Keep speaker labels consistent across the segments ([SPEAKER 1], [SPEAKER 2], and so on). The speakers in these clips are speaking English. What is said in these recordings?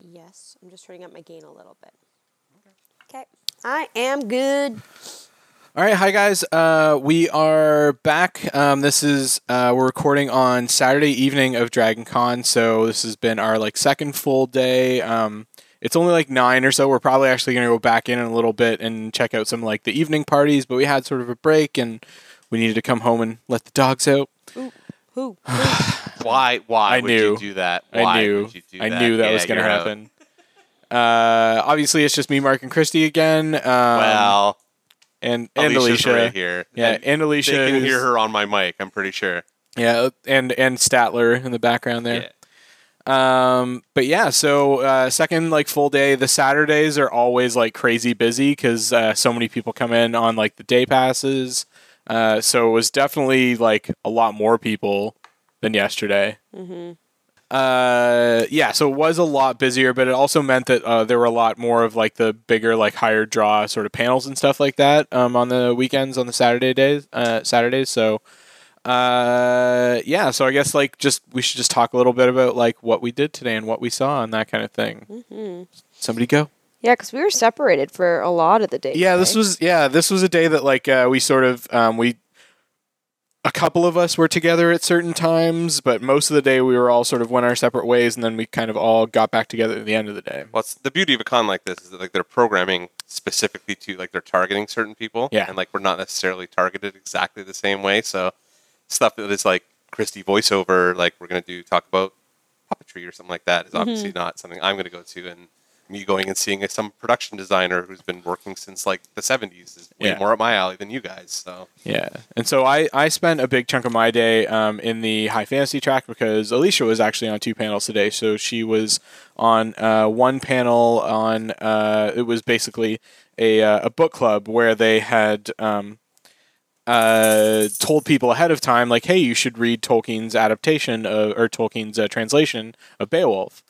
[SPEAKER 1] Yes, I'm just turning up my gain a little bit. Okay. I am good.
[SPEAKER 2] All right, hi guys. Uh, we are back. Um, this is uh, we're recording on Saturday evening of Dragon Con, so this has been our like second full day. Um, it's only like nine or so. We're probably actually going to go back in in a little bit and check out some like the evening parties, but we had sort of a break and we needed to come home and let the dogs out.
[SPEAKER 1] Who?
[SPEAKER 3] Why? Why
[SPEAKER 2] I
[SPEAKER 3] would
[SPEAKER 2] knew.
[SPEAKER 3] you do that? Why
[SPEAKER 2] I knew.
[SPEAKER 3] Would you do
[SPEAKER 2] I
[SPEAKER 3] that?
[SPEAKER 2] knew that
[SPEAKER 3] Yeah,
[SPEAKER 2] was going to
[SPEAKER 3] you're out.
[SPEAKER 2] happen. Uh, obviously, it's just me, Mark, and Christy again. Um,
[SPEAKER 3] Well,
[SPEAKER 2] and and
[SPEAKER 3] Alicia's
[SPEAKER 2] Alicia.
[SPEAKER 3] right here.
[SPEAKER 2] Yeah,
[SPEAKER 3] and
[SPEAKER 2] and, Alicia.
[SPEAKER 3] they can
[SPEAKER 2] is-
[SPEAKER 3] hear her on my mic. I'm pretty sure.
[SPEAKER 2] Yeah, uh, and and Statler in the background there. Um, but yeah, so uh, second like full day. The Saturdays are always like crazy busy because uh, so many people come in on like the day passes. Uh, so it was definitely like a lot more people than yesterday. Uh, yeah, so it was a lot busier, but it also meant that uh, there were a lot more of like the bigger, like higher draw sort of panels and stuff like that um, on the weekends on the Saturday days, uh, Saturdays. So uh yeah so i guess like just we should just talk a little bit about like what we did today and what we saw and that kind of thing somebody go
[SPEAKER 4] Yeah, because we were separated for a lot of the day.
[SPEAKER 2] yeah this was yeah this was a day that like uh, we sort of um we a couple of us were together at certain times but most of the day we were all sort of went our separate ways and then we kind of all got back together at the end of the day
[SPEAKER 3] Well, it's the beauty of a con like this is that like they're programming specifically to like they're targeting certain people.
[SPEAKER 2] Yeah.
[SPEAKER 3] And like we're not necessarily targeted exactly the same way. So stuff that is like Christy voiceover, like we're gonna do talk about puppetry or something like that is obviously
[SPEAKER 2] Mm-hmm.
[SPEAKER 3] not something I'm gonna go to and me going and seeing some production designer who's been working since like the 70s is way
[SPEAKER 2] Yeah.
[SPEAKER 3] more up my alley than you guys. So
[SPEAKER 2] Yeah, and so I I spent a big chunk of my day um, in the high fantasy track because Alicia was actually on two panels today. So she was on uh, one panel on uh, it was basically a uh, a book club where they had um, uh, told people ahead of time like, hey, you should read Tolkien's adaptation of, or Tolkien's uh, translation of Beowulf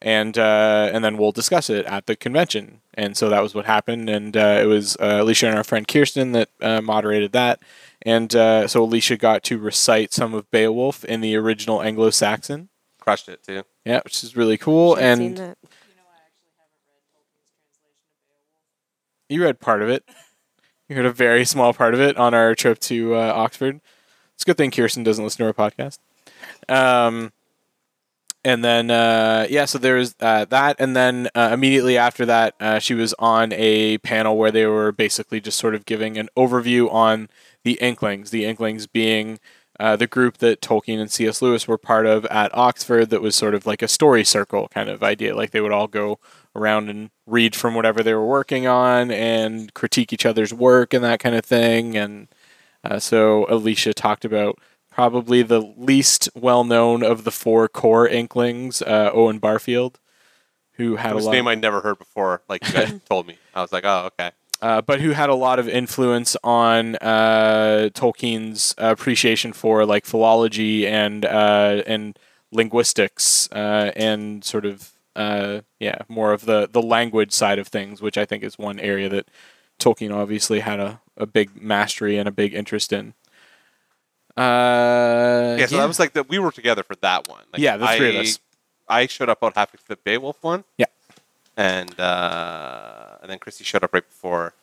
[SPEAKER 2] and uh, and then we'll discuss it at the convention. And so that was what happened. And uh, it was uh, Alicia and our friend Kirsten that uh, moderated that. And uh, so Alicia got to recite some of Beowulf in the original Anglo-Saxon.
[SPEAKER 3] crushed it too.
[SPEAKER 2] Yeah, which is really cool.
[SPEAKER 4] I've seen
[SPEAKER 2] and
[SPEAKER 4] that.
[SPEAKER 2] you read part of it. You heard a very small part of it on our trip to uh, Oxford. It's a good thing Kirsten doesn't listen to our podcast. Um, and then uh, yeah, so there was uh, that, and then uh, immediately after that, uh, she was on a panel where they were basically just sort of giving an overview on the Inklings. The Inklings being uh, the group that Tolkien and C.S. Lewis were part of at Oxford, that was sort of like a story circle kind of idea. Like they would all go around and read from whatever they were working on and critique each other's work and that kind of thing. And uh, so Alicia talked about probably the least well known of the four core Inklings, uh, Owen Barfield, who had a
[SPEAKER 3] Whose
[SPEAKER 2] lot,
[SPEAKER 3] name I never heard before, like you guys told me. I was like, Oh, okay.
[SPEAKER 2] uh, but who had a lot of influence on uh, Tolkien's appreciation for like philology and uh, and linguistics uh, and sort of uh, yeah more of the the language side of things, which I think is one area that Tolkien obviously had a, a big mastery and a big interest in. Uh,
[SPEAKER 3] yeah, so that was like that. We were together for that one. Like,
[SPEAKER 2] Yeah, the three of
[SPEAKER 3] I-
[SPEAKER 2] us.
[SPEAKER 3] I showed up about halfway through the Beowulf one.
[SPEAKER 2] Yeah.
[SPEAKER 3] and uh, and then Christy showed up right before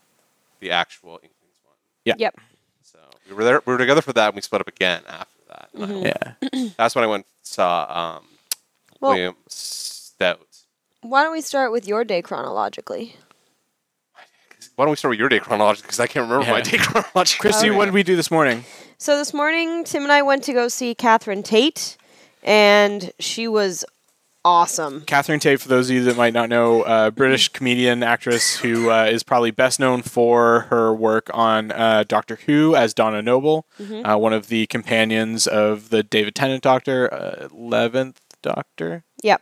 [SPEAKER 3] the actual Inklings one.
[SPEAKER 4] Yep.
[SPEAKER 3] So we were there. We were together for that, and we split up again after that. And I-
[SPEAKER 2] Mm-hmm. yeah.
[SPEAKER 3] that's when I went and saw um,
[SPEAKER 4] Well-
[SPEAKER 2] Oh,
[SPEAKER 3] William Stout.
[SPEAKER 4] Why don't we start with your day chronologically?
[SPEAKER 3] Why don't we start with your day chronologically? Because I can't remember my
[SPEAKER 2] Yeah.
[SPEAKER 3] day chronologically.
[SPEAKER 2] Christy, what did we do this morning?
[SPEAKER 4] So this morning, Tim and I went to go see Catherine Tate, and she was awesome.
[SPEAKER 2] Catherine Tate, for those of you that might not know, uh, British comedian actress who uh, is probably best known for her work on uh, Doctor Who as Donna Noble,
[SPEAKER 4] Mm-hmm.
[SPEAKER 2] uh, one of the companions of the David Tennant Doctor, uh, eleventh Doctor,
[SPEAKER 4] Yep.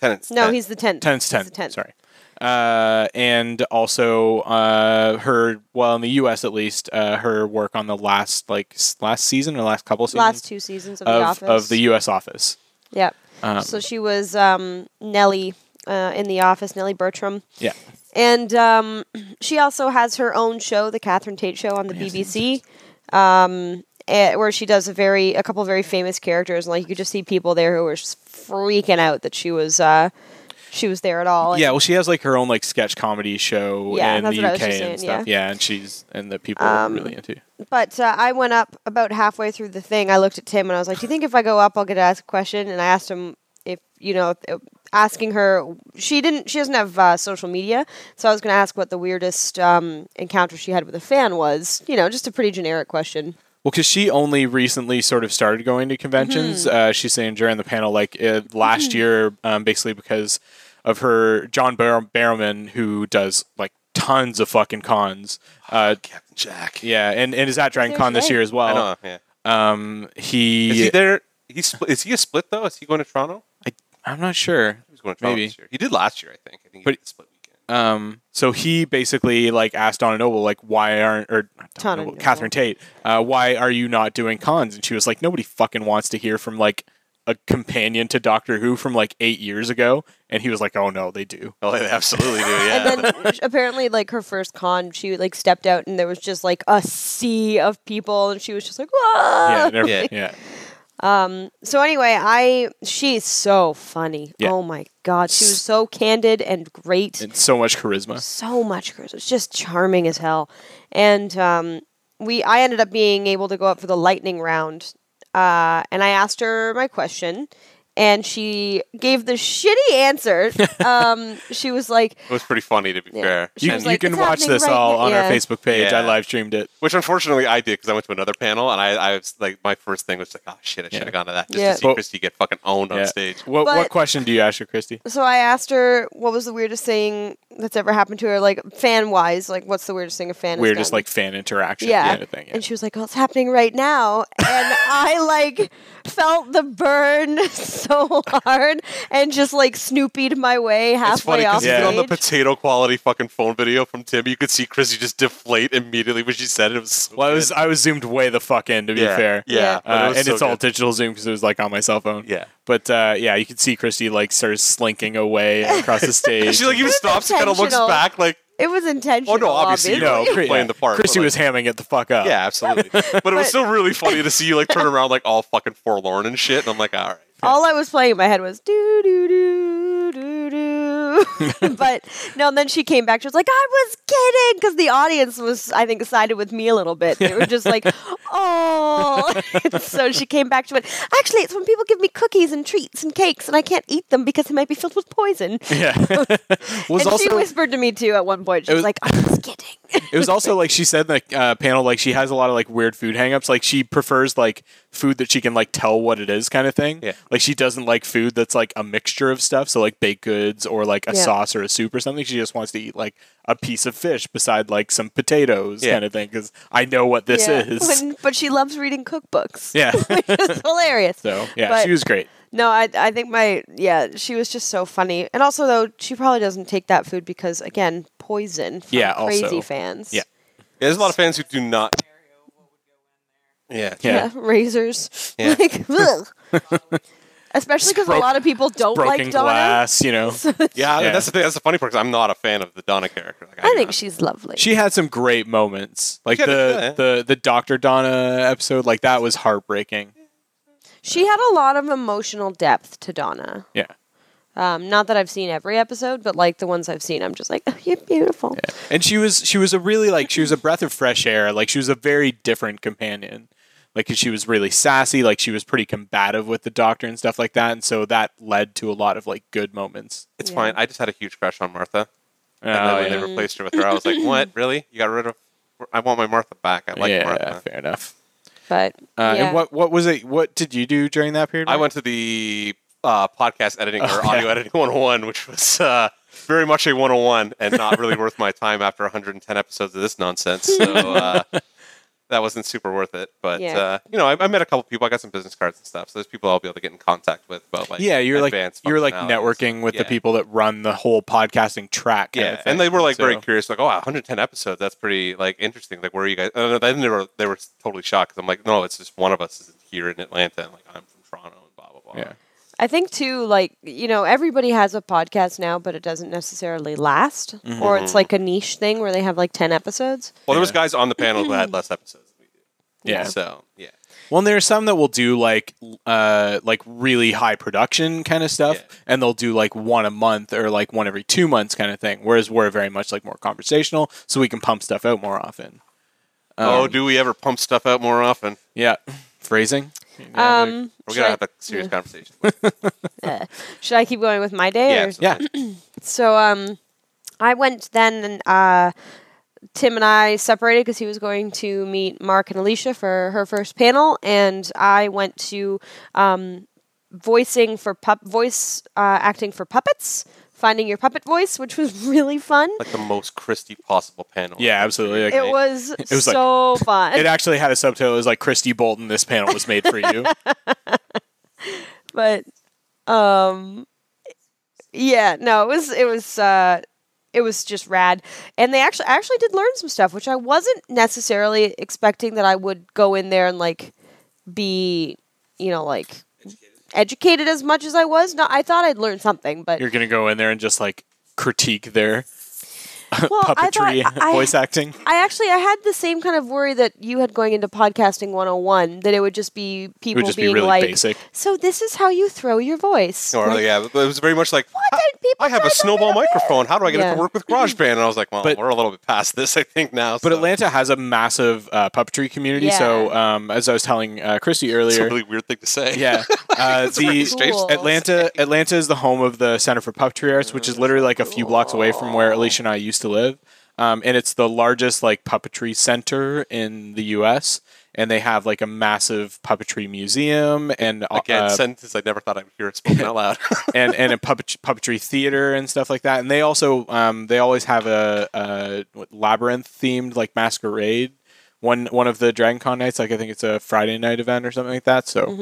[SPEAKER 3] Tenants.
[SPEAKER 4] No, he's the tenth.
[SPEAKER 2] Tennant's
[SPEAKER 4] He's
[SPEAKER 2] ten.
[SPEAKER 4] the tenth.
[SPEAKER 2] Sorry. Uh, and also uh, her, well, in the U.S. at least, uh, her work on the last like s- last season or last couple seasons
[SPEAKER 4] Last two seasons of, The
[SPEAKER 2] of,
[SPEAKER 4] Office.
[SPEAKER 2] of the U.S. Office.
[SPEAKER 4] Yep.
[SPEAKER 2] Um,
[SPEAKER 4] so she was um, Nellie uh, in The Office, Nellie Bertram.
[SPEAKER 2] Yeah.
[SPEAKER 4] And um, she also has her own show, the Catherine Tate Show, on the BBC, um, eh, where she does a very a couple very famous characters. And, like you could just see people there who were just freaking out that she was uh, she was there at all. and-
[SPEAKER 2] yeah, well, she has like her own like sketch comedy show
[SPEAKER 4] Yeah,
[SPEAKER 2] in
[SPEAKER 4] that's
[SPEAKER 2] the
[SPEAKER 4] what I was
[SPEAKER 2] UK
[SPEAKER 4] just
[SPEAKER 2] and
[SPEAKER 4] saying, Um,
[SPEAKER 2] stuff. Yeah. and she's and that people are really into.
[SPEAKER 4] But uh, I went up about halfway through the thing. I looked at Tim and I was like, "Do you think if I go up, I'll get to ask a question?" And I asked him if you know, if- asking her. She didn't. She doesn't have uh, social media, so I was going to ask what the weirdest um, encounter she had with a fan was. You know, just a pretty generic question.
[SPEAKER 2] Well, because she only recently sort of started going to conventions.
[SPEAKER 4] Mm-hmm.
[SPEAKER 2] Uh, she's saying during the panel, like uh, last year, um, basically because of her John Bar- Barrowman, who does like tons of fucking cons. Uh,
[SPEAKER 3] Captain Jack.
[SPEAKER 2] yeah, and, and is at Dragon Con this
[SPEAKER 4] today.
[SPEAKER 2] year as
[SPEAKER 3] I
[SPEAKER 2] well.
[SPEAKER 3] know. Yeah.
[SPEAKER 2] Um, he,
[SPEAKER 3] Is he there? He's split, is he a split though? Is he going to Toronto?
[SPEAKER 2] I, I'm not sure.
[SPEAKER 3] He was going to Toronto
[SPEAKER 2] Maybe.
[SPEAKER 3] this year. He did last year, I think. I think he
[SPEAKER 2] But-
[SPEAKER 3] did the split weekend.
[SPEAKER 2] Um, so he basically like asked Donna Noble like why aren't or not Donna
[SPEAKER 4] Donna
[SPEAKER 2] Noble,
[SPEAKER 4] Noble.
[SPEAKER 2] Catherine Tate uh, why are you not doing cons and she was like nobody fucking wants to hear from like a companion to Doctor Who from like eight years ago and he was like oh no they do
[SPEAKER 3] Oh, they absolutely do. Yeah.
[SPEAKER 4] And then apparently, like her first con, she like stepped out and there was just like a sea of people, and she was just like, "Whoa!"
[SPEAKER 2] yeah never, yeah
[SPEAKER 3] Yeah.
[SPEAKER 4] So anyway, I she's so funny.
[SPEAKER 2] Yeah.
[SPEAKER 4] Oh my god, she was so candid and great.
[SPEAKER 2] and so much charisma
[SPEAKER 4] so much charisma. It's just charming as hell. And um, we, I ended up being able to go up for the lightning round, uh, and I asked her my question, and she gave the shitty answer. um, she was like,
[SPEAKER 3] It was pretty funny to be fair.
[SPEAKER 4] She
[SPEAKER 2] you,
[SPEAKER 4] was
[SPEAKER 2] you
[SPEAKER 4] like,
[SPEAKER 2] can
[SPEAKER 4] "It's
[SPEAKER 2] watch
[SPEAKER 4] happening
[SPEAKER 2] this
[SPEAKER 4] right
[SPEAKER 2] all
[SPEAKER 4] now."
[SPEAKER 2] on our
[SPEAKER 4] Yeah.
[SPEAKER 2] Facebook page I
[SPEAKER 3] Yeah.
[SPEAKER 2] live streamed it
[SPEAKER 3] Which unfortunately I did because I went to another panel and I, I was like, my first thing was like, oh shit, I should
[SPEAKER 2] Yeah.
[SPEAKER 3] have gone to that just
[SPEAKER 4] Yeah.
[SPEAKER 3] to see
[SPEAKER 2] Well-
[SPEAKER 3] Christy get fucking owned
[SPEAKER 2] Yeah.
[SPEAKER 3] on stage.
[SPEAKER 2] what what
[SPEAKER 4] But-
[SPEAKER 2] question do you ask her Christy
[SPEAKER 4] so I asked her what was the weirdest thing that's ever happened to her, like fan wise, like what's the weirdest thing a fan? has
[SPEAKER 2] weirdest
[SPEAKER 4] done?
[SPEAKER 2] like fan interaction
[SPEAKER 4] yeah.
[SPEAKER 2] kind of thing yeah.
[SPEAKER 4] And she was like, "Oh, it's happening right now," and I like felt the burn so hard and just like snoopied my way halfway
[SPEAKER 3] It's funny
[SPEAKER 4] off
[SPEAKER 3] because
[SPEAKER 2] Yeah.
[SPEAKER 3] even on the
[SPEAKER 4] stage.
[SPEAKER 3] potato quality fucking phone video from Tim, you could see Chrissy just deflate immediately when she said it. It was so
[SPEAKER 2] well I
[SPEAKER 3] good.
[SPEAKER 2] was I was zoomed way the fuck in to be
[SPEAKER 3] yeah,
[SPEAKER 2] fair
[SPEAKER 3] Yeah,
[SPEAKER 4] Yeah.
[SPEAKER 3] but it
[SPEAKER 2] Uh,
[SPEAKER 3] was
[SPEAKER 2] and
[SPEAKER 3] so
[SPEAKER 2] it's all
[SPEAKER 3] good.
[SPEAKER 2] digital zoom because it was like on my cell phone.
[SPEAKER 3] Yeah.
[SPEAKER 2] But uh, yeah, you could see Christy like sort of slinking away across the stage.
[SPEAKER 3] She like even stops, kind of looks
[SPEAKER 4] intentional.
[SPEAKER 3] back, like
[SPEAKER 4] It was intentional.
[SPEAKER 3] obviously,
[SPEAKER 4] obviously.
[SPEAKER 3] you know.
[SPEAKER 2] no, Chri-
[SPEAKER 3] playing the part,
[SPEAKER 2] Christy
[SPEAKER 3] but, like-
[SPEAKER 2] was hamming it the fuck up.
[SPEAKER 3] yeah, absolutely. But it was
[SPEAKER 4] But-
[SPEAKER 3] still really funny to see you like turn around like all fucking forlorn and shit. And I'm like, all right.
[SPEAKER 4] All I was playing in my head was do do do do do. but no, and then she came back. She was like, "I was kidding," because the audience was, I think, sided with me a little bit. They were just like, "Oh!" so she came back. She went, "Actually, it's when people give me cookies and treats and cakes, and I can't eat them because they might be filled with poison."
[SPEAKER 2] Yeah. was
[SPEAKER 4] and she
[SPEAKER 2] also
[SPEAKER 4] whispered to me too at one point. She was,
[SPEAKER 2] was-
[SPEAKER 4] like, "I was kidding."
[SPEAKER 2] it was also like she said in the uh, panel like she has a lot of like weird food hangups. Like she prefers like food that she can like tell what it is kind of thing.
[SPEAKER 3] Yeah.
[SPEAKER 2] Like she doesn't like food that's like a mixture of stuff. So like baked goods or like a
[SPEAKER 4] Yeah.
[SPEAKER 2] sauce or a soup or something. She just wants to eat like a piece of fish beside like some potatoes
[SPEAKER 3] Yeah.
[SPEAKER 2] kind of thing because I know what this
[SPEAKER 4] Yeah.
[SPEAKER 2] is.
[SPEAKER 4] When- but she loves reading cookbooks.
[SPEAKER 2] Yeah.
[SPEAKER 4] which is hilarious.
[SPEAKER 2] So yeah,
[SPEAKER 4] But-
[SPEAKER 2] she was great.
[SPEAKER 4] No, I I think my yeah, she was just so funny. And also though, she probably doesn't take that food because again, poison from
[SPEAKER 2] Yeah, also.
[SPEAKER 4] crazy fans.
[SPEAKER 2] Yeah.
[SPEAKER 3] Yeah, there's a lot of fans who do not. Yeah,
[SPEAKER 4] Yeah,
[SPEAKER 2] Yeah.
[SPEAKER 4] razors.
[SPEAKER 3] Yeah.
[SPEAKER 4] Like ugh. Especially because a
[SPEAKER 2] broke-
[SPEAKER 4] lot of people don't
[SPEAKER 2] Broken
[SPEAKER 4] like Donna.
[SPEAKER 2] glass, you know.
[SPEAKER 3] yeah, I mean,
[SPEAKER 2] Yeah.
[SPEAKER 3] that's the thing. That's the funny part. Cause I'm not a fan of the Donna character. Like, uh,
[SPEAKER 4] I
[SPEAKER 3] do
[SPEAKER 4] think
[SPEAKER 3] not.
[SPEAKER 4] she's lovely.
[SPEAKER 2] she had some great moments. Like
[SPEAKER 3] Yeah,
[SPEAKER 2] the
[SPEAKER 3] yeah.
[SPEAKER 2] the the Dr. Donna episode, like that was heartbreaking.
[SPEAKER 4] she had a lot of emotional depth to Donna.
[SPEAKER 2] Yeah.
[SPEAKER 4] Um, not that I've seen every episode, but like the ones I've seen, I'm just like, oh, you're beautiful.
[SPEAKER 2] And she was she was a really like she was a breath of fresh air. Like she was a very different companion. Like 'cause she was really sassy, like she was pretty combative with the doctor and stuff like that, and so that led to a lot of like good moments.
[SPEAKER 3] It's
[SPEAKER 4] Yeah.
[SPEAKER 3] fine. I just had a huge crush on Martha. And
[SPEAKER 2] Oh,
[SPEAKER 3] then when
[SPEAKER 2] yeah.
[SPEAKER 3] they replaced her with her, I was like, what? Really? You got rid of. I want my Martha back. I like
[SPEAKER 2] yeah,
[SPEAKER 3] Martha.
[SPEAKER 2] fair enough.
[SPEAKER 4] But
[SPEAKER 2] Uh,
[SPEAKER 4] yeah.
[SPEAKER 2] And what what was it? What did you do during that period?
[SPEAKER 3] I
[SPEAKER 2] Mark?
[SPEAKER 3] went to the uh, podcast editing or
[SPEAKER 2] Oh,
[SPEAKER 3] audio
[SPEAKER 2] yeah.
[SPEAKER 3] editing 101, which was uh, very much a 101 and not really worth my time after 110 episodes of this nonsense. So uh, that wasn't super worth it. But,
[SPEAKER 4] Yeah.
[SPEAKER 3] uh, you know, I, I met a couple people. I got some business cards and stuff. So there's people I'll be able to get in contact with about like
[SPEAKER 2] yeah, you're like
[SPEAKER 3] advanced
[SPEAKER 2] you're like
[SPEAKER 3] functionalities.
[SPEAKER 2] networking with the
[SPEAKER 3] Yeah.
[SPEAKER 2] people that run the whole podcasting track. kind
[SPEAKER 3] Yeah,
[SPEAKER 2] of
[SPEAKER 3] and they
[SPEAKER 2] thing.
[SPEAKER 3] were like very
[SPEAKER 2] So-
[SPEAKER 3] curious, like, "Oh, wow, 110 episodes. That's pretty like interesting. Like, where are you guys?" And then they were they were totally shocked 'cause I'm like, "No, it's just one of us is here in Atlanta, and like I'm from Toronto, and blah blah blah."
[SPEAKER 2] Yeah.
[SPEAKER 4] I think too, like you know, everybody has a podcast now, but it doesn't necessarily last,
[SPEAKER 3] Mm-hmm.
[SPEAKER 4] or it's like a niche thing where they have like ten episodes.
[SPEAKER 3] Well, there was guys on the panel who had less episodes than we did.
[SPEAKER 2] Yeah.
[SPEAKER 3] So yeah,
[SPEAKER 2] Well, and there are some that will do like l- uh like really high production kind of stuff,
[SPEAKER 3] Yeah.
[SPEAKER 2] and they'll do like one a month or like one every two months kind of thing. Whereas we're very much like more conversational, so we can pump stuff out more often. Um,
[SPEAKER 3] oh, do we ever pump stuff out more often?
[SPEAKER 2] Yeah, phrasing.
[SPEAKER 4] Um,
[SPEAKER 3] We're
[SPEAKER 4] should
[SPEAKER 3] gonna
[SPEAKER 4] I-
[SPEAKER 3] have a serious conversation.
[SPEAKER 4] Should I keep going with my day?
[SPEAKER 3] yeah,
[SPEAKER 4] or-
[SPEAKER 2] Yeah,
[SPEAKER 4] So um, I went then, and uh, Tim and I separated because he was going to meet Mark and Alicia for her first panel, and I went to um, voicing for pup voice uh, acting for puppets, finding your puppet voice, which was really fun.
[SPEAKER 3] like the most Christie possible panel.
[SPEAKER 2] yeah, absolutely. Like,
[SPEAKER 4] It was,
[SPEAKER 2] was like-
[SPEAKER 4] so fun.
[SPEAKER 2] it actually had a subtitle. It was like Christy Bolton. This panel was made for you.
[SPEAKER 4] but um yeah no it was it was uh it was just rad and they actually I actually did learn some stuff which i wasn't necessarily expecting that i would go in there and like be you know like educated as much as i was no i thought i'd learn something but
[SPEAKER 2] You're gonna go in there and just like critique their
[SPEAKER 4] well, I thought-
[SPEAKER 2] puppetry
[SPEAKER 4] I-
[SPEAKER 2] voice acting.
[SPEAKER 4] I actually I had the same kind of worry that you had going into podcasting 101 that it would just be people
[SPEAKER 2] just be
[SPEAKER 4] being
[SPEAKER 2] really
[SPEAKER 4] like
[SPEAKER 2] basic.
[SPEAKER 4] so this is how you throw your voice
[SPEAKER 3] Or yeah, but it was very much like
[SPEAKER 4] What did people
[SPEAKER 3] I have
[SPEAKER 4] try
[SPEAKER 3] a
[SPEAKER 4] to
[SPEAKER 3] snowball
[SPEAKER 4] do?"
[SPEAKER 3] microphone. How do I get it
[SPEAKER 4] Yeah.
[SPEAKER 3] to work with GarageBand? And I was like, well,
[SPEAKER 2] But-
[SPEAKER 3] we're a little bit past this, I think now.
[SPEAKER 2] But
[SPEAKER 3] so.
[SPEAKER 2] Atlanta has a massive uh, puppetry community. So, um, as I was telling uh, Christy
[SPEAKER 3] It's a
[SPEAKER 2] earlier,
[SPEAKER 3] really weird thing to say.
[SPEAKER 2] yeah, uh,
[SPEAKER 3] really
[SPEAKER 2] the
[SPEAKER 3] strange
[SPEAKER 4] Cool.
[SPEAKER 2] Atlanta Atlanta is the home of the Center for Puppetry Arts, which is literally like a few blocks away from where Alicia and I used to live. Um, and it's the largest like puppetry center in the U.S. And they have like a massive puppetry museum and uh,
[SPEAKER 3] Again, sentences I never thought I'd hear it spoken out loud.
[SPEAKER 2] and and a puppet, puppetry theater and stuff like that. And they also um, they always have a, a labyrinth themed like masquerade. One one of the Dragon Con nights, like I think it's a Friday night event or something like that. So
[SPEAKER 5] missing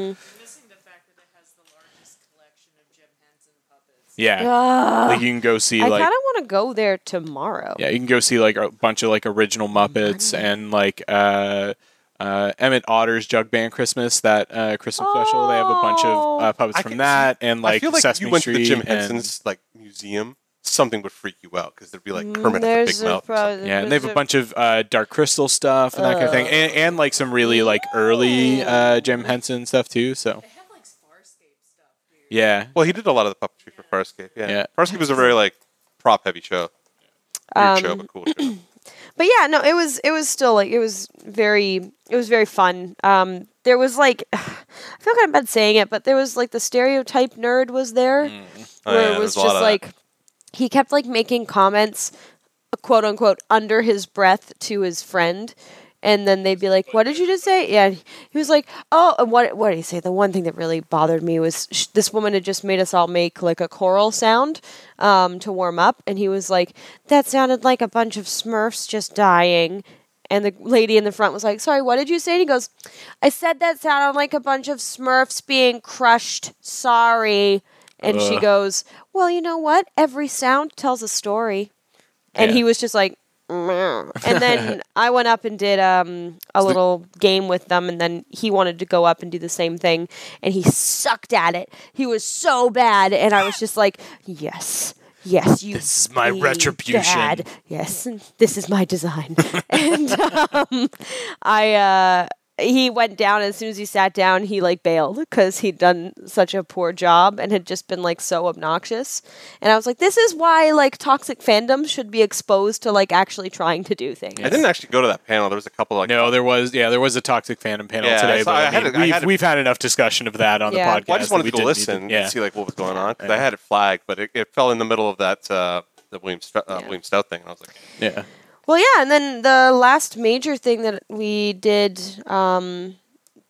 [SPEAKER 5] the fact that it has the largest collection of Jim Henson puppets.
[SPEAKER 2] yeah,
[SPEAKER 4] Ah.
[SPEAKER 2] like you can go see
[SPEAKER 4] I
[SPEAKER 2] like
[SPEAKER 4] kind of want to go there tomorrow.
[SPEAKER 2] yeah you can go see like a bunch of like original Muppets and like. Uh, uh, Emmett Otter's Jug Band Christmas, that uh, Christmas special. They have a bunch
[SPEAKER 4] Oh.
[SPEAKER 2] of uh, puppets
[SPEAKER 3] I
[SPEAKER 2] from
[SPEAKER 3] can-
[SPEAKER 2] that, and like
[SPEAKER 3] I feel like if
[SPEAKER 2] Sesame
[SPEAKER 3] you went
[SPEAKER 2] Street
[SPEAKER 3] to the Jim
[SPEAKER 2] and-
[SPEAKER 3] Henson's like museum, something would freak you out because there'd be like Kermit with a
[SPEAKER 4] Mm, There's
[SPEAKER 3] big
[SPEAKER 4] a
[SPEAKER 3] mouth. or something.
[SPEAKER 4] pro-
[SPEAKER 2] Yeah, and they have
[SPEAKER 4] there's Uh.
[SPEAKER 2] a bunch of uh, Dark Crystal stuff and that kind of thing, and, and like some really like early uh, Jim Henson stuff too. So
[SPEAKER 5] They have like Farscape stuff here.
[SPEAKER 2] yeah,
[SPEAKER 3] Well, he did a lot of the puppetry for Farscape. Yeah.
[SPEAKER 2] Yeah.
[SPEAKER 3] Farscape was a very like prop heavy show. Weird show, but cool
[SPEAKER 4] Um,
[SPEAKER 3] show.
[SPEAKER 4] But yeah, no, it was it was still like it was very it was very fun. Um, there was like I feel kind of bad saying it, but there was like the stereotype nerd was there,
[SPEAKER 3] Oh,
[SPEAKER 4] where
[SPEAKER 3] yeah,
[SPEAKER 4] it was
[SPEAKER 3] there's a lot
[SPEAKER 4] just
[SPEAKER 3] of that.
[SPEAKER 4] like he kept like making comments, quote unquote, under his breath to his friend. And then they'd be like, "What did you just say?" Yeah, and he was like, "Oh, and what? What did he say?" The one thing that really bothered me was sh- this woman had just made us all make like a choral sound um, to warm up, and he was like, "That sounded like a bunch of Smurfs just dying." And the lady in the front was like, "Sorry, what did you say?" And he goes, "I said that sounded like a bunch of Smurfs being crushed. Sorry." And she goes, "Well, you know what? Every sound tells a story." And
[SPEAKER 2] Yeah.
[SPEAKER 4] he was just like, "Meow." and then I went up and did um, a little game with them, and then he wanted to go up and do the same thing, and he sucked at it. He was so bad, and I was just like, "Yes, yes, you. This
[SPEAKER 2] is my retribution."
[SPEAKER 4] Bad. Yes, and this is my design." and um, I. Uh, he went down and as soon as he sat down he like bailed because he'd done such a poor job and had just been like so obnoxious and i was like this is why like toxic fandoms should be exposed to like actually trying to do things
[SPEAKER 3] I didn't actually go to that panel. There was a couple like
[SPEAKER 2] no, there was yeah, there was a toxic fandom panel
[SPEAKER 3] Yeah, I
[SPEAKER 2] today,
[SPEAKER 3] saw-
[SPEAKER 2] but
[SPEAKER 3] I
[SPEAKER 2] I
[SPEAKER 3] had it-
[SPEAKER 2] mean,
[SPEAKER 3] I
[SPEAKER 2] we've
[SPEAKER 3] had it-
[SPEAKER 2] we've had enough discussion of that on
[SPEAKER 4] Yeah.
[SPEAKER 2] the podcast.
[SPEAKER 3] Well, I just
[SPEAKER 2] that we
[SPEAKER 3] wanted to go
[SPEAKER 2] didn't need
[SPEAKER 3] listen
[SPEAKER 2] yeah,
[SPEAKER 3] and see like what was going on because I had it flagged, but it, it fell in the middle of that uh, the William Stout, uh,
[SPEAKER 4] Yeah.
[SPEAKER 3] William Stout thing, and I was like,
[SPEAKER 2] yeah.
[SPEAKER 4] Well, yeah, and then the last major thing that we did, um,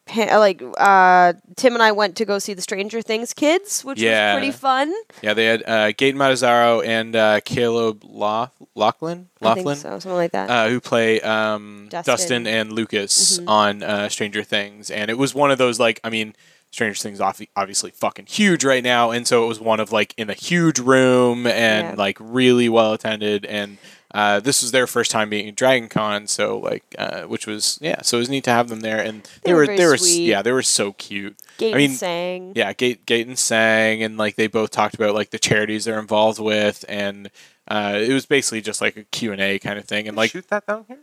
[SPEAKER 4] pa- like uh, Tim and I went to go see the Stranger Things kids, which
[SPEAKER 2] Yeah.
[SPEAKER 4] was pretty fun.
[SPEAKER 2] Yeah, they had uh, Gate Matazzaro and uh, Caleb Laugh- Laughlin,
[SPEAKER 4] I
[SPEAKER 2] Laughlin,
[SPEAKER 4] think so, something like that.
[SPEAKER 2] uh, who play um, Dustin.
[SPEAKER 4] Dustin. Mm-hmm.
[SPEAKER 2] and Lucas on uh, Stranger Things, and it was one of those like I mean, Stranger Things obvi- obviously fucking huge right now, and so it was one of like in a huge room and
[SPEAKER 4] Yeah.
[SPEAKER 2] like really well attended, and uh, this was their first time being at Dragon Con, so like uh, which was yeah, so it was neat to have them there, and they,
[SPEAKER 4] were
[SPEAKER 2] were,
[SPEAKER 4] very
[SPEAKER 2] they were
[SPEAKER 4] sweet.
[SPEAKER 2] yeah they were so cute.
[SPEAKER 4] Gaten
[SPEAKER 2] I mean,
[SPEAKER 4] sang.
[SPEAKER 2] yeah, Gate Gaten sang, and like they both talked about like the charities they're involved with, and uh, it was basically just like a Q and A kind of thing, and like
[SPEAKER 3] shoot that down here.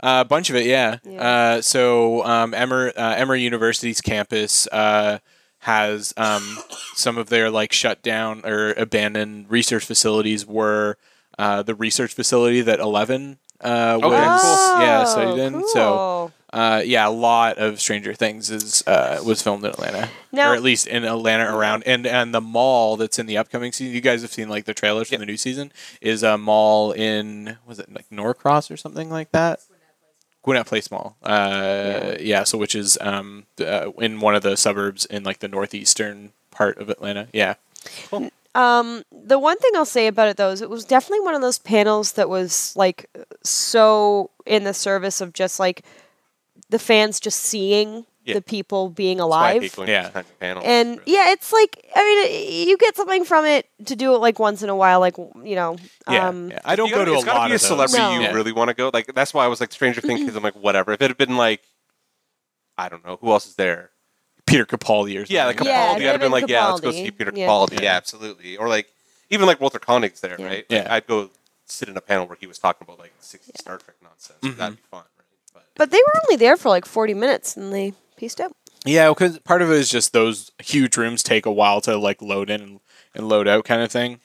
[SPEAKER 2] A Uh, bunch of it, yeah.
[SPEAKER 4] Yeah.
[SPEAKER 2] Uh, so um, Emmer uh, Emmer University's campus uh, has um, some of their like shut down or abandoned research facilities were uh, the research facility that Eleven uh, was,
[SPEAKER 3] Okay, cool.
[SPEAKER 2] yeah, studied in. So
[SPEAKER 4] Oh, cool.
[SPEAKER 2] uh, yeah, a lot of Stranger Things is uh, was filmed in Atlanta,
[SPEAKER 4] Now-
[SPEAKER 2] or at least in Atlanta around, and and the mall that's in the upcoming season. You guys have seen like the trailers for the new season. Is a mall in was it like Norcross or something like that? Gwinnett Place Mall. Uh, yeah. so which is um, uh, in one of the suburbs in like the northeastern part of Atlanta. Yeah.
[SPEAKER 4] Um, the one thing I'll say about it though is it was definitely one of those panels that was like so in the service of just like the fans just seeing
[SPEAKER 3] Yeah.
[SPEAKER 4] the people being
[SPEAKER 3] Why I
[SPEAKER 4] alive.
[SPEAKER 3] hate going
[SPEAKER 2] Yeah.
[SPEAKER 3] to these kinds of panels.
[SPEAKER 4] And
[SPEAKER 3] Really.
[SPEAKER 4] yeah, it's like I mean, you get something from it to do it like once in a while, like you know.
[SPEAKER 2] Yeah,
[SPEAKER 4] um,
[SPEAKER 2] yeah. I don't
[SPEAKER 3] You
[SPEAKER 2] go
[SPEAKER 3] gotta-
[SPEAKER 2] to a
[SPEAKER 3] it's gotta
[SPEAKER 2] lot
[SPEAKER 3] be
[SPEAKER 2] of
[SPEAKER 3] a celebrity
[SPEAKER 4] No.
[SPEAKER 3] you
[SPEAKER 2] Yeah.
[SPEAKER 3] really want to go. Like that's why I was like Stranger Things because I'm like whatever. If it had been like, I don't know who else is there.
[SPEAKER 2] Peter Capaldi or something.
[SPEAKER 3] Yeah, like Capaldi.
[SPEAKER 4] Yeah,
[SPEAKER 3] I'd
[SPEAKER 4] it'd
[SPEAKER 3] have been
[SPEAKER 4] been
[SPEAKER 3] like, yeah, let's go
[SPEAKER 4] Capaldi.
[SPEAKER 3] see Peter
[SPEAKER 4] Yeah.
[SPEAKER 3] Capaldi. Yeah. absolutely. Or like even like Walter Koenig's there,
[SPEAKER 4] Yeah.
[SPEAKER 3] right? Like,
[SPEAKER 2] Yeah.
[SPEAKER 3] I'd go sit in a panel where he was talking about like 60 Star Trek nonsense.
[SPEAKER 2] Mm-hmm.
[SPEAKER 3] That'd be fun, right? But
[SPEAKER 4] But they were only there for like forty minutes, and they pieced out.
[SPEAKER 2] Yeah, because part of it is just those huge rooms take a while to like load in and, and load out kind of thing.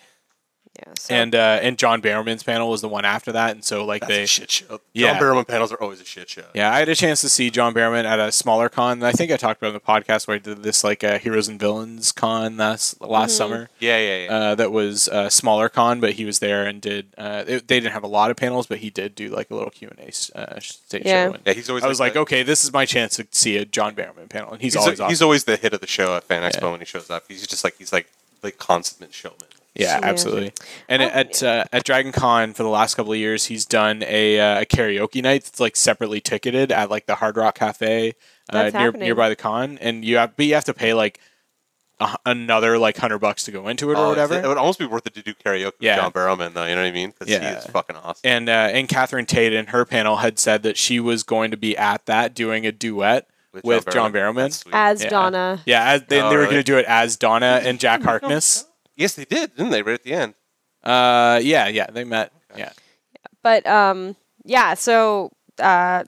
[SPEAKER 4] Yeah, so.
[SPEAKER 2] And uh, and John Barrowman's panel was the one after that, and so like
[SPEAKER 3] that's
[SPEAKER 2] they
[SPEAKER 3] a shit show.
[SPEAKER 2] Yeah.
[SPEAKER 3] John Barrowman panels are always a shit show.
[SPEAKER 2] yeah, I had a chance to see John Barrowman at a smaller con. I think I talked about it on the podcast where I did this like uh, Heroes and Villains con last
[SPEAKER 3] Mm-hmm.
[SPEAKER 2] last summer.
[SPEAKER 3] yeah, yeah. yeah.
[SPEAKER 2] Uh, that was a smaller con, but he was there and did. Uh, it, they didn't have a lot of panels, but he did do like a little Q and A uh, stage
[SPEAKER 4] Yeah.
[SPEAKER 2] show. And
[SPEAKER 3] Yeah, he's always
[SPEAKER 2] I was like,
[SPEAKER 3] the-
[SPEAKER 2] okay, this is my chance to see a John Barrowman panel, and he's,
[SPEAKER 3] he's,
[SPEAKER 2] always
[SPEAKER 3] always
[SPEAKER 2] awesome.
[SPEAKER 3] he's always the hit of the show at Fan Expo
[SPEAKER 2] Yeah.
[SPEAKER 3] when he shows up. He's just like he's like the consummate showman.
[SPEAKER 2] Yeah,
[SPEAKER 4] Yeah.
[SPEAKER 2] absolutely.
[SPEAKER 4] Oh,
[SPEAKER 2] And at uh, at Dragon Con for the last couple of years, he's done a, uh, a karaoke night that's like separately ticketed at like the Hard Rock Cafe uh,
[SPEAKER 4] That's
[SPEAKER 2] near,
[SPEAKER 4] happening.
[SPEAKER 2] nearby the con, and you have but you have to pay like a, another like hundred bucks to go into it or
[SPEAKER 3] Oh, it's-
[SPEAKER 2] whatever.
[SPEAKER 3] It would almost be worth it to do karaoke with
[SPEAKER 2] Yeah.
[SPEAKER 3] John Barrowman, though. You know what I mean? Because
[SPEAKER 2] Yeah.
[SPEAKER 3] he is fucking awesome.
[SPEAKER 2] and uh, and Catherine Tate in her panel had said that she was going to be at that doing a duet with, John
[SPEAKER 3] That's
[SPEAKER 2] Barrowman.
[SPEAKER 3] sweet.
[SPEAKER 4] as
[SPEAKER 2] Yeah.
[SPEAKER 4] Donna,
[SPEAKER 2] Yeah, as, they,
[SPEAKER 3] Oh,
[SPEAKER 2] they were
[SPEAKER 3] really?
[SPEAKER 2] going to do it as Donna and Jack Harkness.
[SPEAKER 3] yes, they did, didn't they? Right at the end.
[SPEAKER 4] Oh,
[SPEAKER 2] Uh, yeah, yeah, they met. Yeah,
[SPEAKER 4] but um, yeah, so uh,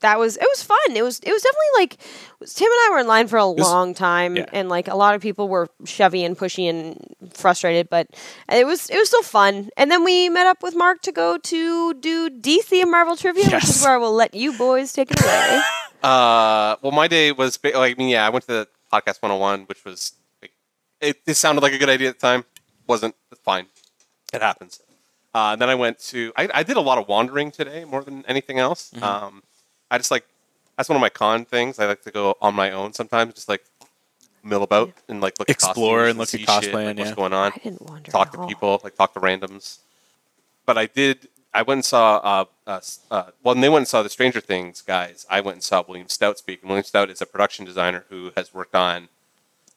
[SPEAKER 4] that was it was fun. It was it was definitely like it was- Tim and I were in line for a
[SPEAKER 2] was-
[SPEAKER 4] long time,
[SPEAKER 2] yeah.
[SPEAKER 4] and like a lot of people were chevy and pushy and frustrated, but it was it was still fun. And then we met up with Mark to go to do DC and Marvel trivia, which
[SPEAKER 2] Yes.
[SPEAKER 4] is where I will let you boys take it away.
[SPEAKER 3] Uh, well, my day was ba- like, I mean, yeah, I went to the podcast 101, which was like, it, it sounded like a good idea at the time. Wasn't but fine. It happens. Uh, then I went to I, I did a lot of wandering today more than anything else.
[SPEAKER 2] Mm-hmm.
[SPEAKER 3] Um, I just like that's one of my con things. I like to go on my own sometimes, just like mill about and like look
[SPEAKER 2] Explore
[SPEAKER 3] at costumes
[SPEAKER 2] and look
[SPEAKER 3] see
[SPEAKER 2] at
[SPEAKER 3] shit,
[SPEAKER 2] cosplay
[SPEAKER 3] like,
[SPEAKER 2] and,
[SPEAKER 3] what's
[SPEAKER 2] yeah.
[SPEAKER 3] going on
[SPEAKER 4] I didn't wander.
[SPEAKER 3] talk
[SPEAKER 4] at
[SPEAKER 3] to
[SPEAKER 4] all.
[SPEAKER 3] people, like talk to randoms. But I did. I went and saw. Uh, uh, s- uh, well, and they went and saw the Stranger Things guys. I went and saw William Stout speak. And William Stout is a production designer who has worked on,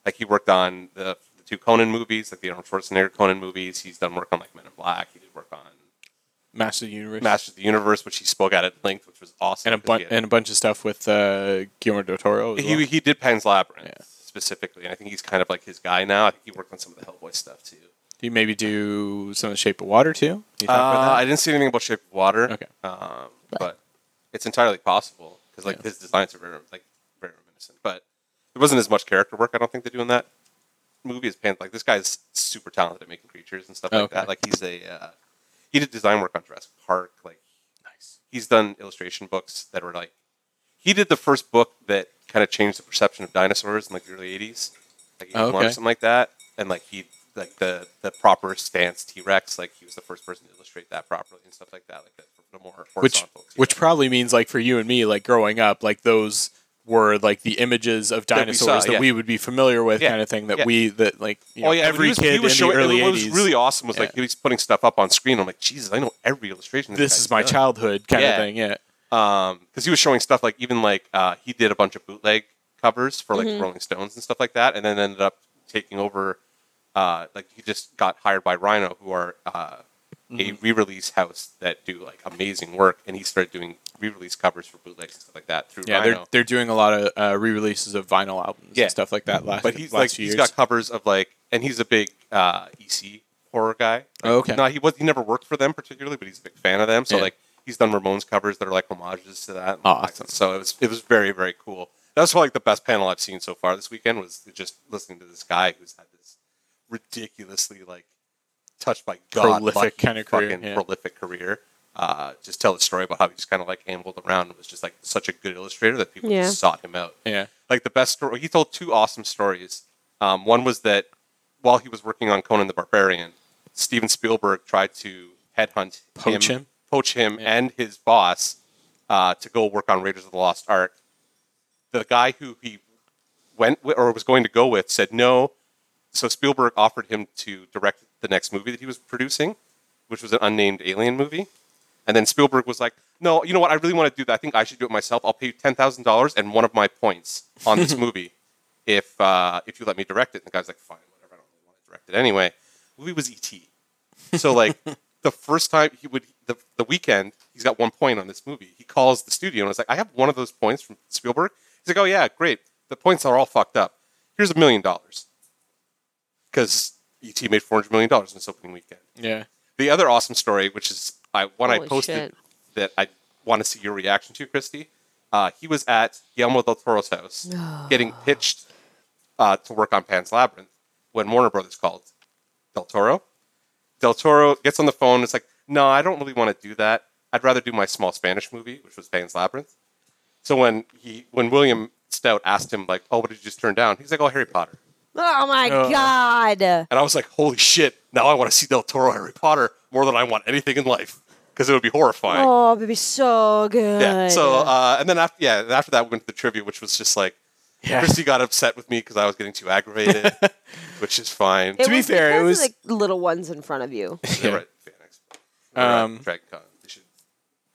[SPEAKER 3] like, he worked on the, the two Conan movies, like the Arnold Schwarzenegger Conan movies. He's done work on like Men in Black. He did work on
[SPEAKER 2] Master of the Universe.
[SPEAKER 3] Masters of the Universe, which he spoke at at length, which was awesome.
[SPEAKER 2] and a
[SPEAKER 3] 'cause
[SPEAKER 2] bunch
[SPEAKER 3] he had-
[SPEAKER 2] and a bunch of stuff with uh, Guillermo del Toro. As well.
[SPEAKER 3] he, he did Pan's Labyrinth specifically, and I think he's kind of like his guy now. I think he worked on some of the Hellboy stuff too.
[SPEAKER 2] Do you maybe do some of the Shape of Water too? Do you talk about
[SPEAKER 3] Uh,
[SPEAKER 2] that?
[SPEAKER 3] I didn't see anything about Shape of Water.
[SPEAKER 2] Okay.
[SPEAKER 3] Um, but it's entirely possible because like his designs are very like very reminiscent. But there wasn't as much character work. I don't think they do in that movie as Pan. Like this guy's super talented at making creatures and stuff like
[SPEAKER 2] Okay.
[SPEAKER 3] that. Like he's a uh, he did design work on Jurassic Park. Like nice. He's done illustration books that were like he did the first book that kind of changed the perception of dinosaurs in like the early 80s. Like he
[SPEAKER 2] Oh, okay.
[SPEAKER 3] launched something like that, and like he like the the proper stance T Rex. Like he was the first person to illustrate that properly and stuff like that. Like the, the more
[SPEAKER 2] which
[SPEAKER 3] horizontal. T-Rex.
[SPEAKER 2] which probably means like for you and me, like growing up, like those were like the images of
[SPEAKER 3] That we saw,
[SPEAKER 2] dinosaurs that we,
[SPEAKER 3] yeah.
[SPEAKER 2] would be familiar with,
[SPEAKER 3] Yeah,
[SPEAKER 2] kind of thing. That
[SPEAKER 3] yeah.
[SPEAKER 2] we that like you know,
[SPEAKER 3] Oh yeah,
[SPEAKER 2] every
[SPEAKER 3] he was,
[SPEAKER 2] kid
[SPEAKER 3] he was
[SPEAKER 2] in
[SPEAKER 3] showing,
[SPEAKER 2] the early
[SPEAKER 3] What was
[SPEAKER 2] eighties.
[SPEAKER 3] really awesome was like
[SPEAKER 2] Yeah.
[SPEAKER 3] he was putting stuff up on screen. I'm like, Jesus, I know every illustration.
[SPEAKER 2] this
[SPEAKER 3] guy's
[SPEAKER 2] is my
[SPEAKER 3] done.
[SPEAKER 2] childhood kind
[SPEAKER 3] Yeah.
[SPEAKER 2] of thing. Yeah,
[SPEAKER 3] because he was showing stuff like even like uh, he did a bunch of bootleg covers for like
[SPEAKER 2] Mm-hmm.
[SPEAKER 3] Rolling Stones and stuff like that, and then ended up taking over. Uh, like he just got hired by Rhino, who are uh,
[SPEAKER 2] Mm-hmm.
[SPEAKER 3] a re-release house that do like amazing work, and he started doing re-release covers for bootlegs and stuff like that through
[SPEAKER 2] yeah.
[SPEAKER 3] Rhino.
[SPEAKER 2] They're they're doing a lot of uh, re-releases of vinyl albums
[SPEAKER 3] Yeah.
[SPEAKER 2] and stuff like that. Last
[SPEAKER 3] but he's
[SPEAKER 2] last
[SPEAKER 3] like
[SPEAKER 2] few
[SPEAKER 3] he's
[SPEAKER 2] years.
[SPEAKER 3] got covers of like, and he's a big uh, EC horror guy.
[SPEAKER 2] Oh, okay.
[SPEAKER 3] No, he was he never worked for them particularly, but he's a big fan of them. So
[SPEAKER 2] Yeah.
[SPEAKER 3] like. He's he's done Ramones covers that are like homages to that.
[SPEAKER 2] Awesome.
[SPEAKER 3] So it was it was very very cool. That's like the best panel I've seen so far this weekend was just listening to this guy who's had this ridiculously like touched by God
[SPEAKER 2] Prolific
[SPEAKER 3] lucky
[SPEAKER 2] kinda career,
[SPEAKER 3] fucking
[SPEAKER 2] yeah.
[SPEAKER 3] prolific career. Uh, just tell the story about how he just kind of like ambled around and was just like such a good illustrator that people
[SPEAKER 4] Yeah.
[SPEAKER 3] just sought him out
[SPEAKER 2] Yeah.
[SPEAKER 3] like the best story. He told two awesome stories. Um, one was that while he was working on Conan the Barbarian, Steven Spielberg tried to headhunt
[SPEAKER 2] Poach him?
[SPEAKER 3] poach him,
[SPEAKER 2] Yeah.
[SPEAKER 3] and his boss uh, to go work on Raiders of the Lost Ark. The guy who he went with, or was going to go with said no. So Spielberg offered him to direct the next movie that he was producing, which was an unnamed alien movie. And then Spielberg was like, "No, you know what? I really want to do that. I think I should do it myself. I'll pay you ten thousand dollars and one of my points on this movie, if uh, if you let me direct it." And the guy's like, "Fine, whatever. I don't really want to direct it anyway." The movie was ET. So like the first time he would the, the weekend, he's got one point on this movie. He calls the studio and is like, "I have one of those points from Spielberg." He's like, "Oh yeah, great. The points are all fucked up. Here's a million dollars because ET made four hundred million dollars in its opening weekend."
[SPEAKER 2] Yeah.
[SPEAKER 3] The other awesome story, which is I, one I
[SPEAKER 4] Holy
[SPEAKER 3] posted
[SPEAKER 4] shit.
[SPEAKER 3] that I want to see your reaction to, Christy. Uh, he was at Guillermo del Toro's house getting pitched uh, to work on Pan's Labyrinth when Warner Brothers called Del Toro. Del Toro gets on the phone. and It's like, no, I don't really want to do that. I'd rather do my small Spanish movie, which was Pan's Labyrinth. So when he, when William Stout asked him, like, oh, what did you just turn down? He's like, oh, Harry Potter.
[SPEAKER 4] Oh my
[SPEAKER 2] Oh.
[SPEAKER 4] god.
[SPEAKER 3] And I was like, holy shit, now I want to see Del Toro Harry Potter more than I want anything in life because it would be horrifying.
[SPEAKER 4] Oh, it'd be so good.
[SPEAKER 3] yeah. So, uh, and then after, yeah, after that, we went to the trivia, which was just like,
[SPEAKER 2] Yeah.
[SPEAKER 3] Christy got upset with me because I was getting too aggravated, which is fine.
[SPEAKER 4] It
[SPEAKER 2] to be
[SPEAKER 4] was
[SPEAKER 2] fair, it
[SPEAKER 4] because of
[SPEAKER 2] was-
[SPEAKER 4] the little ones in front of you.
[SPEAKER 3] They're at Fan Expo. They're at
[SPEAKER 2] Um,
[SPEAKER 3] Dragon Con. They should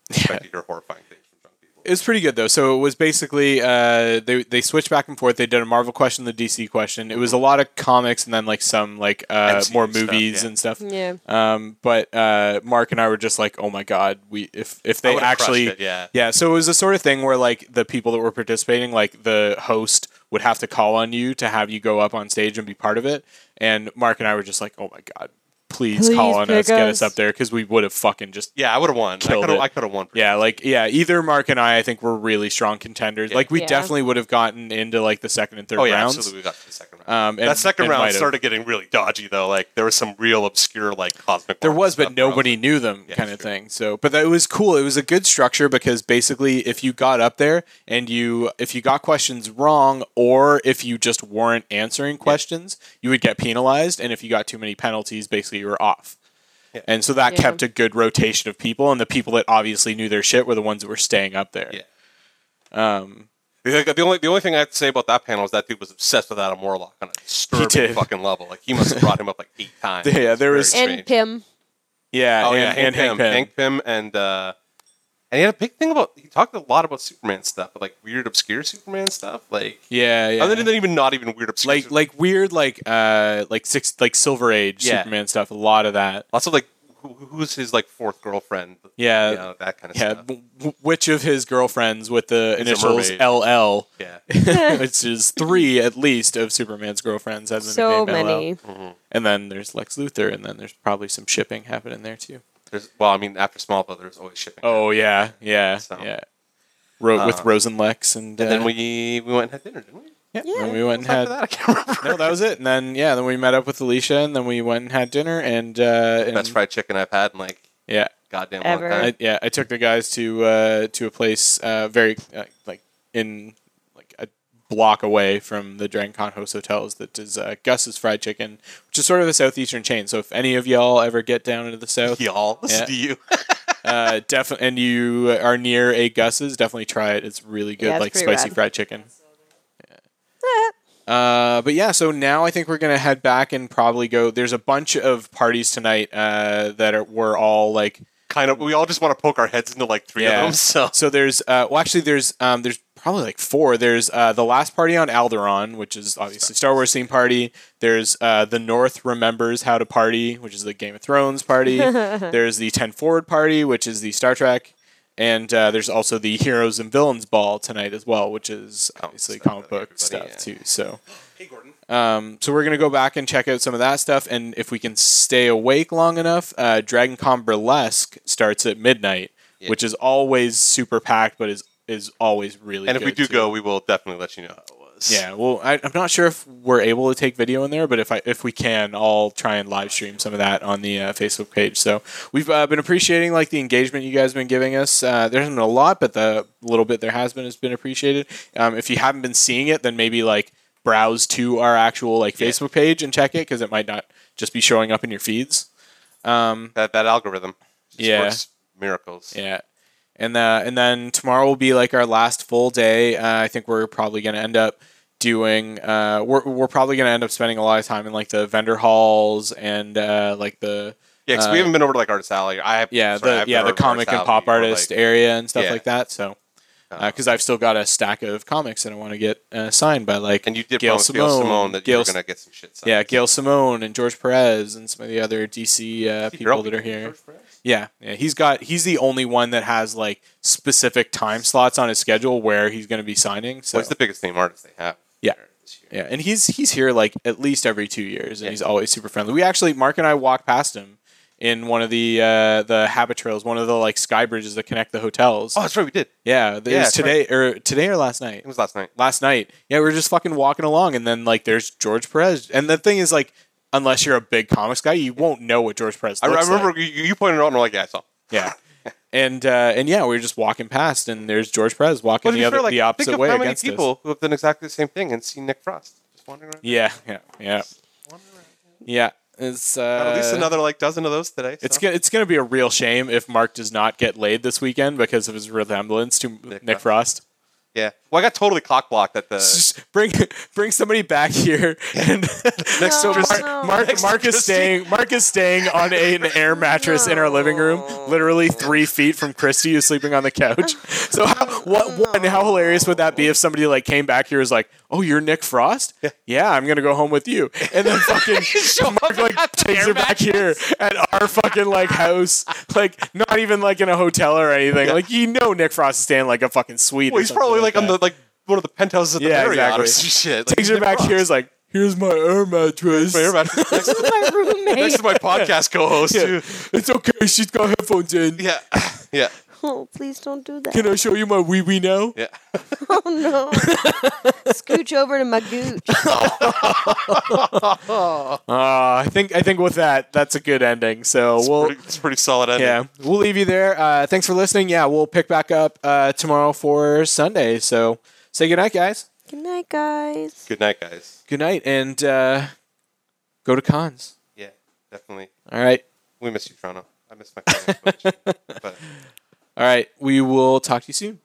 [SPEAKER 3] expect to hear horrifying things from drunk people.
[SPEAKER 2] It was pretty good though. So it was basically uh, they they switched back and forth. They did a Marvel question, the DC question. It was a lot of comics and then like some like uh,
[SPEAKER 3] MCU
[SPEAKER 2] more
[SPEAKER 3] stuff,
[SPEAKER 2] movies
[SPEAKER 3] yeah.
[SPEAKER 2] and stuff.
[SPEAKER 4] Yeah.
[SPEAKER 2] Um, but uh, Mark and I were just like, oh my god, we if if they
[SPEAKER 3] would've crushed
[SPEAKER 2] actually
[SPEAKER 3] it, yeah.
[SPEAKER 2] yeah. So it was the sort of thing where like the people that were participating, like the host would have to call on you to have you go up on stage and be part of it. And Mark and I were just like, oh my god, please,
[SPEAKER 4] Please
[SPEAKER 2] call on
[SPEAKER 4] pick
[SPEAKER 2] us, get us
[SPEAKER 4] us.
[SPEAKER 2] up there because we would have fucking just
[SPEAKER 3] Yeah, I would have won. I
[SPEAKER 2] Killed
[SPEAKER 3] could have.
[SPEAKER 2] it.
[SPEAKER 3] I could have won.
[SPEAKER 2] yeah, like yeah, either Mark and I, I think were really strong contenders. Like we
[SPEAKER 4] Yeah.
[SPEAKER 2] definitely would have gotten into like the second and third
[SPEAKER 3] Oh yeah,
[SPEAKER 2] rounds.
[SPEAKER 3] absolutely. We got to the second round.
[SPEAKER 2] Um, and-
[SPEAKER 3] that second
[SPEAKER 2] and might
[SPEAKER 3] round
[SPEAKER 2] have.
[SPEAKER 3] started getting really dodgy though. Like there was some real obscure like cosmic.
[SPEAKER 2] There
[SPEAKER 3] Marvel
[SPEAKER 2] was, but
[SPEAKER 3] stuff where I was
[SPEAKER 2] nobody knew them,
[SPEAKER 3] Yeah,
[SPEAKER 2] kind of
[SPEAKER 3] sure.
[SPEAKER 2] thing. So, but that, it was cool. It was a good structure because basically, if you got up there and you if you got questions wrong, or if you just weren't answering questions, you would get penalized. And if you got too many penalties, basically you were off. And so that
[SPEAKER 4] Yeah.
[SPEAKER 2] kept a good rotation of people, and the people that obviously knew their shit were the ones that were staying up there.
[SPEAKER 3] Yeah.
[SPEAKER 2] Um,
[SPEAKER 3] The, the only the only thing I have to say about that panel is that dude was obsessed with Adam Warlock on a disturbing
[SPEAKER 2] did.
[SPEAKER 3] fucking level. Like he must have brought him up like eight times.
[SPEAKER 2] Yeah,
[SPEAKER 3] It's
[SPEAKER 2] there
[SPEAKER 3] very
[SPEAKER 2] was-
[SPEAKER 3] strange.
[SPEAKER 4] And Pim.
[SPEAKER 2] yeah,
[SPEAKER 3] oh
[SPEAKER 2] and,
[SPEAKER 3] yeah,
[SPEAKER 2] and Hank Pym.
[SPEAKER 3] Hank Pym, and uh, and he had a big thing about he talked a lot about Superman stuff, but like weird obscure Superman stuff. Like
[SPEAKER 2] Yeah, yeah.
[SPEAKER 3] other than even not even weird obscure.
[SPEAKER 2] like like weird like uh like six like silver age
[SPEAKER 3] Yeah.
[SPEAKER 2] superman stuff a lot of that
[SPEAKER 3] lots of like who, who's his like fourth girlfriend?
[SPEAKER 2] Yeah.
[SPEAKER 3] you know, that kind of
[SPEAKER 2] yeah
[SPEAKER 3] stuff.
[SPEAKER 2] w- w- which of his girlfriends with the
[SPEAKER 3] Is a
[SPEAKER 2] initials
[SPEAKER 3] mermaid.
[SPEAKER 2] ll
[SPEAKER 3] Yeah,
[SPEAKER 2] which is three at least of superman's girlfriends has the
[SPEAKER 4] So
[SPEAKER 2] nickname LL.
[SPEAKER 4] many.
[SPEAKER 2] and then there's lex luthor and then there's probably some shipping happening there too
[SPEAKER 3] there's well, I mean, after Smallville, there's always shipping.
[SPEAKER 2] oh yeah yeah
[SPEAKER 3] So-
[SPEAKER 2] yeah Ro-
[SPEAKER 3] Uh,
[SPEAKER 2] with Rose and Lex, and,
[SPEAKER 3] and
[SPEAKER 2] uh,
[SPEAKER 3] then we we went and had dinner, didn't we?
[SPEAKER 2] yeah, and we went and
[SPEAKER 3] After
[SPEAKER 2] had
[SPEAKER 3] that, I can't remember.
[SPEAKER 2] no, that was it. And then yeah, then we met up with Alicia, and then we went and had dinner, and uh, and,
[SPEAKER 3] Best fried chicken I've had in like
[SPEAKER 2] yeah,
[SPEAKER 3] goddamn
[SPEAKER 4] Ever.
[SPEAKER 3] long time.
[SPEAKER 2] I, yeah, I took the guys to uh, to a place uh, very uh, like in like a block away from the Dragon Con host hotels that does uh, Gus's Fried Chicken, which is sort of a southeastern chain. So if any of y'all ever get down into the south,
[SPEAKER 3] y'all. Listen
[SPEAKER 2] Yeah.
[SPEAKER 3] to you.
[SPEAKER 2] uh, definitely, and you are near a Gus's, definitely try it. It's really good,
[SPEAKER 4] Yeah, it's
[SPEAKER 2] like
[SPEAKER 4] pretty
[SPEAKER 2] spicy
[SPEAKER 4] rad.
[SPEAKER 2] fried chicken.
[SPEAKER 4] Eh.
[SPEAKER 2] Uh, but yeah, so now I think we're gonna head back and probably go. There's a bunch of parties tonight uh, that are, were all like
[SPEAKER 3] kind of. We all just want to poke our heads into like three of them. So
[SPEAKER 2] there's uh, well, actually, there's um, there's probably like four. There's uh, the last party on Alderon, which is obviously Star Wars theme party. There's uh, the North remembers how to party, which is the Game of Thrones party. there's the Ten Forward party, which is the Star Trek. And uh, there's also the Heroes and Villains Ball tonight as well, which is obviously
[SPEAKER 3] stuff,
[SPEAKER 2] comic book
[SPEAKER 3] everybody,
[SPEAKER 2] stuff
[SPEAKER 3] yeah.
[SPEAKER 2] too. So,
[SPEAKER 3] hey, Gordon.
[SPEAKER 2] um, so we're gonna go back and check out some of that stuff, and if we can stay awake long enough, uh, Dragon Con Burlesque starts at midnight,
[SPEAKER 3] Yeah.
[SPEAKER 2] which is always super packed, but is is always really.
[SPEAKER 3] And if we
[SPEAKER 2] good,
[SPEAKER 3] do
[SPEAKER 2] too.
[SPEAKER 3] go, we will definitely let you know how it was.
[SPEAKER 2] yeah. Well, I, I'm not sure if we're able to take video in there, but if I if we can, I'll try and live stream some of that on the uh, Facebook page. So we've uh, been appreciating like the engagement you guys have been giving us. Uh, there hasn't been a lot, but the little bit there has been has been appreciated. Um, if you haven't been seeing it, then maybe like browse to our actual like
[SPEAKER 3] Yeah.
[SPEAKER 2] Facebook page and check it because it might not just be showing up in your feeds. Um,
[SPEAKER 3] That, that algorithm just
[SPEAKER 2] Yeah.
[SPEAKER 3] works miracles.
[SPEAKER 2] yeah. And uh, and then tomorrow will be like our last full day. Uh, I think we're probably going to end up doing. Uh, we're we're probably going to end up spending a lot of time in like the vendor halls and uh, like the
[SPEAKER 3] Yeah, 'cause
[SPEAKER 2] Uh,
[SPEAKER 3] we haven't been over to like artist alley. I have, sorry, I
[SPEAKER 2] yeah the
[SPEAKER 3] haven't
[SPEAKER 2] yeah
[SPEAKER 3] been
[SPEAKER 2] the
[SPEAKER 3] over to
[SPEAKER 2] comic and
[SPEAKER 3] alley
[SPEAKER 2] pop
[SPEAKER 3] or, like,
[SPEAKER 2] artist area and stuff
[SPEAKER 3] Yeah.
[SPEAKER 2] like that. So
[SPEAKER 3] uh,
[SPEAKER 2] because I've still got a stack of comics that I want to get uh, signed by like
[SPEAKER 3] and you did
[SPEAKER 2] Gail
[SPEAKER 3] promise Gail Simone that
[SPEAKER 2] Gail
[SPEAKER 3] you were
[SPEAKER 2] S-
[SPEAKER 3] gonna get some shit. Signed.
[SPEAKER 2] yeah Gail Simone and George Perez and some of the other DC uh,
[SPEAKER 3] See,
[SPEAKER 2] people
[SPEAKER 3] Gerald
[SPEAKER 2] that are
[SPEAKER 3] Beacon,
[SPEAKER 2] here.
[SPEAKER 3] George Perez.
[SPEAKER 2] Yeah, yeah, he's got he's the only one that has like specific time slots on his schedule where he's going to be signing. So
[SPEAKER 3] Well, he's the biggest name artist they have.
[SPEAKER 2] Yeah.
[SPEAKER 3] there this year.
[SPEAKER 2] yeah, and he's he's here like at least every two years, and
[SPEAKER 3] Yeah.
[SPEAKER 2] he's always super friendly. We actually Mark and I walked past him in one of the uh, the habit trails, one of the like sky bridges that connect the hotels.
[SPEAKER 3] Oh, that's right. We did.
[SPEAKER 2] yeah, it
[SPEAKER 3] yeah,
[SPEAKER 2] was
[SPEAKER 3] that's
[SPEAKER 2] today or today or last night.
[SPEAKER 3] It was last night.
[SPEAKER 2] last night. Yeah, we were just fucking walking along, and then like there's George Perez, and the thing is like, unless you're a big comics guy, you won't know what George Perez.
[SPEAKER 3] I, I
[SPEAKER 2] looks like.
[SPEAKER 3] remember you, you pointed it out, and I'm like, yeah, I saw.
[SPEAKER 2] Yeah. And uh, and yeah, we were just walking past, and there's George Perez walking
[SPEAKER 3] But to
[SPEAKER 2] the
[SPEAKER 3] be
[SPEAKER 2] other
[SPEAKER 3] fair, like,
[SPEAKER 2] the
[SPEAKER 3] think
[SPEAKER 2] opposite
[SPEAKER 3] of
[SPEAKER 2] way
[SPEAKER 3] how many
[SPEAKER 2] against
[SPEAKER 3] people
[SPEAKER 2] us.
[SPEAKER 3] who have done exactly the same thing and seen Nick Frost just wandering around.
[SPEAKER 2] Yeah, yeah, yeah, yeah. It's uh,
[SPEAKER 3] at least another like dozen of those today.
[SPEAKER 2] It's
[SPEAKER 3] so.
[SPEAKER 2] gonna it's gonna be a real shame if Mark does not get laid this weekend because of his resemblance to Nick, Frost.
[SPEAKER 3] Yeah. Well, I got totally cock blocked at the
[SPEAKER 2] Just bring bring somebody back here. And
[SPEAKER 3] next
[SPEAKER 4] No,
[SPEAKER 3] to Christy.
[SPEAKER 4] no.
[SPEAKER 2] Mark, Mark,
[SPEAKER 3] Next
[SPEAKER 2] Mark is
[SPEAKER 3] Christy.
[SPEAKER 2] staying Mark is staying on a, an air mattress in our living room, literally three feet from Christy who's sleeping on the couch. So how, what one how hilarious would that be if somebody like came back here was like, oh you're Nick Frost? Yeah, I'm gonna go home with you, and then fucking Mark like takes her back here at our fucking like house, like not even like in a hotel or anything. Like you know Nick Frost is staying in, like a fucking suite. or
[SPEAKER 3] Well, he's
[SPEAKER 2] something
[SPEAKER 3] probably like on
[SPEAKER 2] that.
[SPEAKER 3] the like one of the penthouses at the
[SPEAKER 2] Yeah,
[SPEAKER 3] Marriott
[SPEAKER 2] exactly.
[SPEAKER 3] or some shit. Like,
[SPEAKER 2] takes her
[SPEAKER 3] Nick
[SPEAKER 2] back
[SPEAKER 3] Frost.
[SPEAKER 2] here is like. Here's my air mattress.
[SPEAKER 3] Wait, everybody- next, to-
[SPEAKER 4] my roommate.
[SPEAKER 3] next to my podcast co-host
[SPEAKER 2] Yeah.
[SPEAKER 3] too.
[SPEAKER 2] It's okay. She's got headphones in.
[SPEAKER 3] Yeah, yeah,
[SPEAKER 4] oh, please don't do that.
[SPEAKER 2] Can I show you my wee wee now?
[SPEAKER 3] yeah.
[SPEAKER 4] oh no. Scooch over to my gooch.
[SPEAKER 2] Uh, I think I think with that, that's a good ending. So
[SPEAKER 3] It's,
[SPEAKER 2] we'll
[SPEAKER 3] pretty, it's pretty solid ending.
[SPEAKER 2] yeah, we'll leave you there. Uh, thanks for listening. Yeah, we'll pick back up uh, tomorrow for Sunday. So say goodnight, guys.
[SPEAKER 4] Good night, guys.
[SPEAKER 3] Good night, guys.
[SPEAKER 2] Good night, and uh, go to cons.
[SPEAKER 3] Yeah, definitely.
[SPEAKER 2] All right,
[SPEAKER 3] We miss you, Toronto. I miss my family. but
[SPEAKER 2] all right. We will talk to you soon.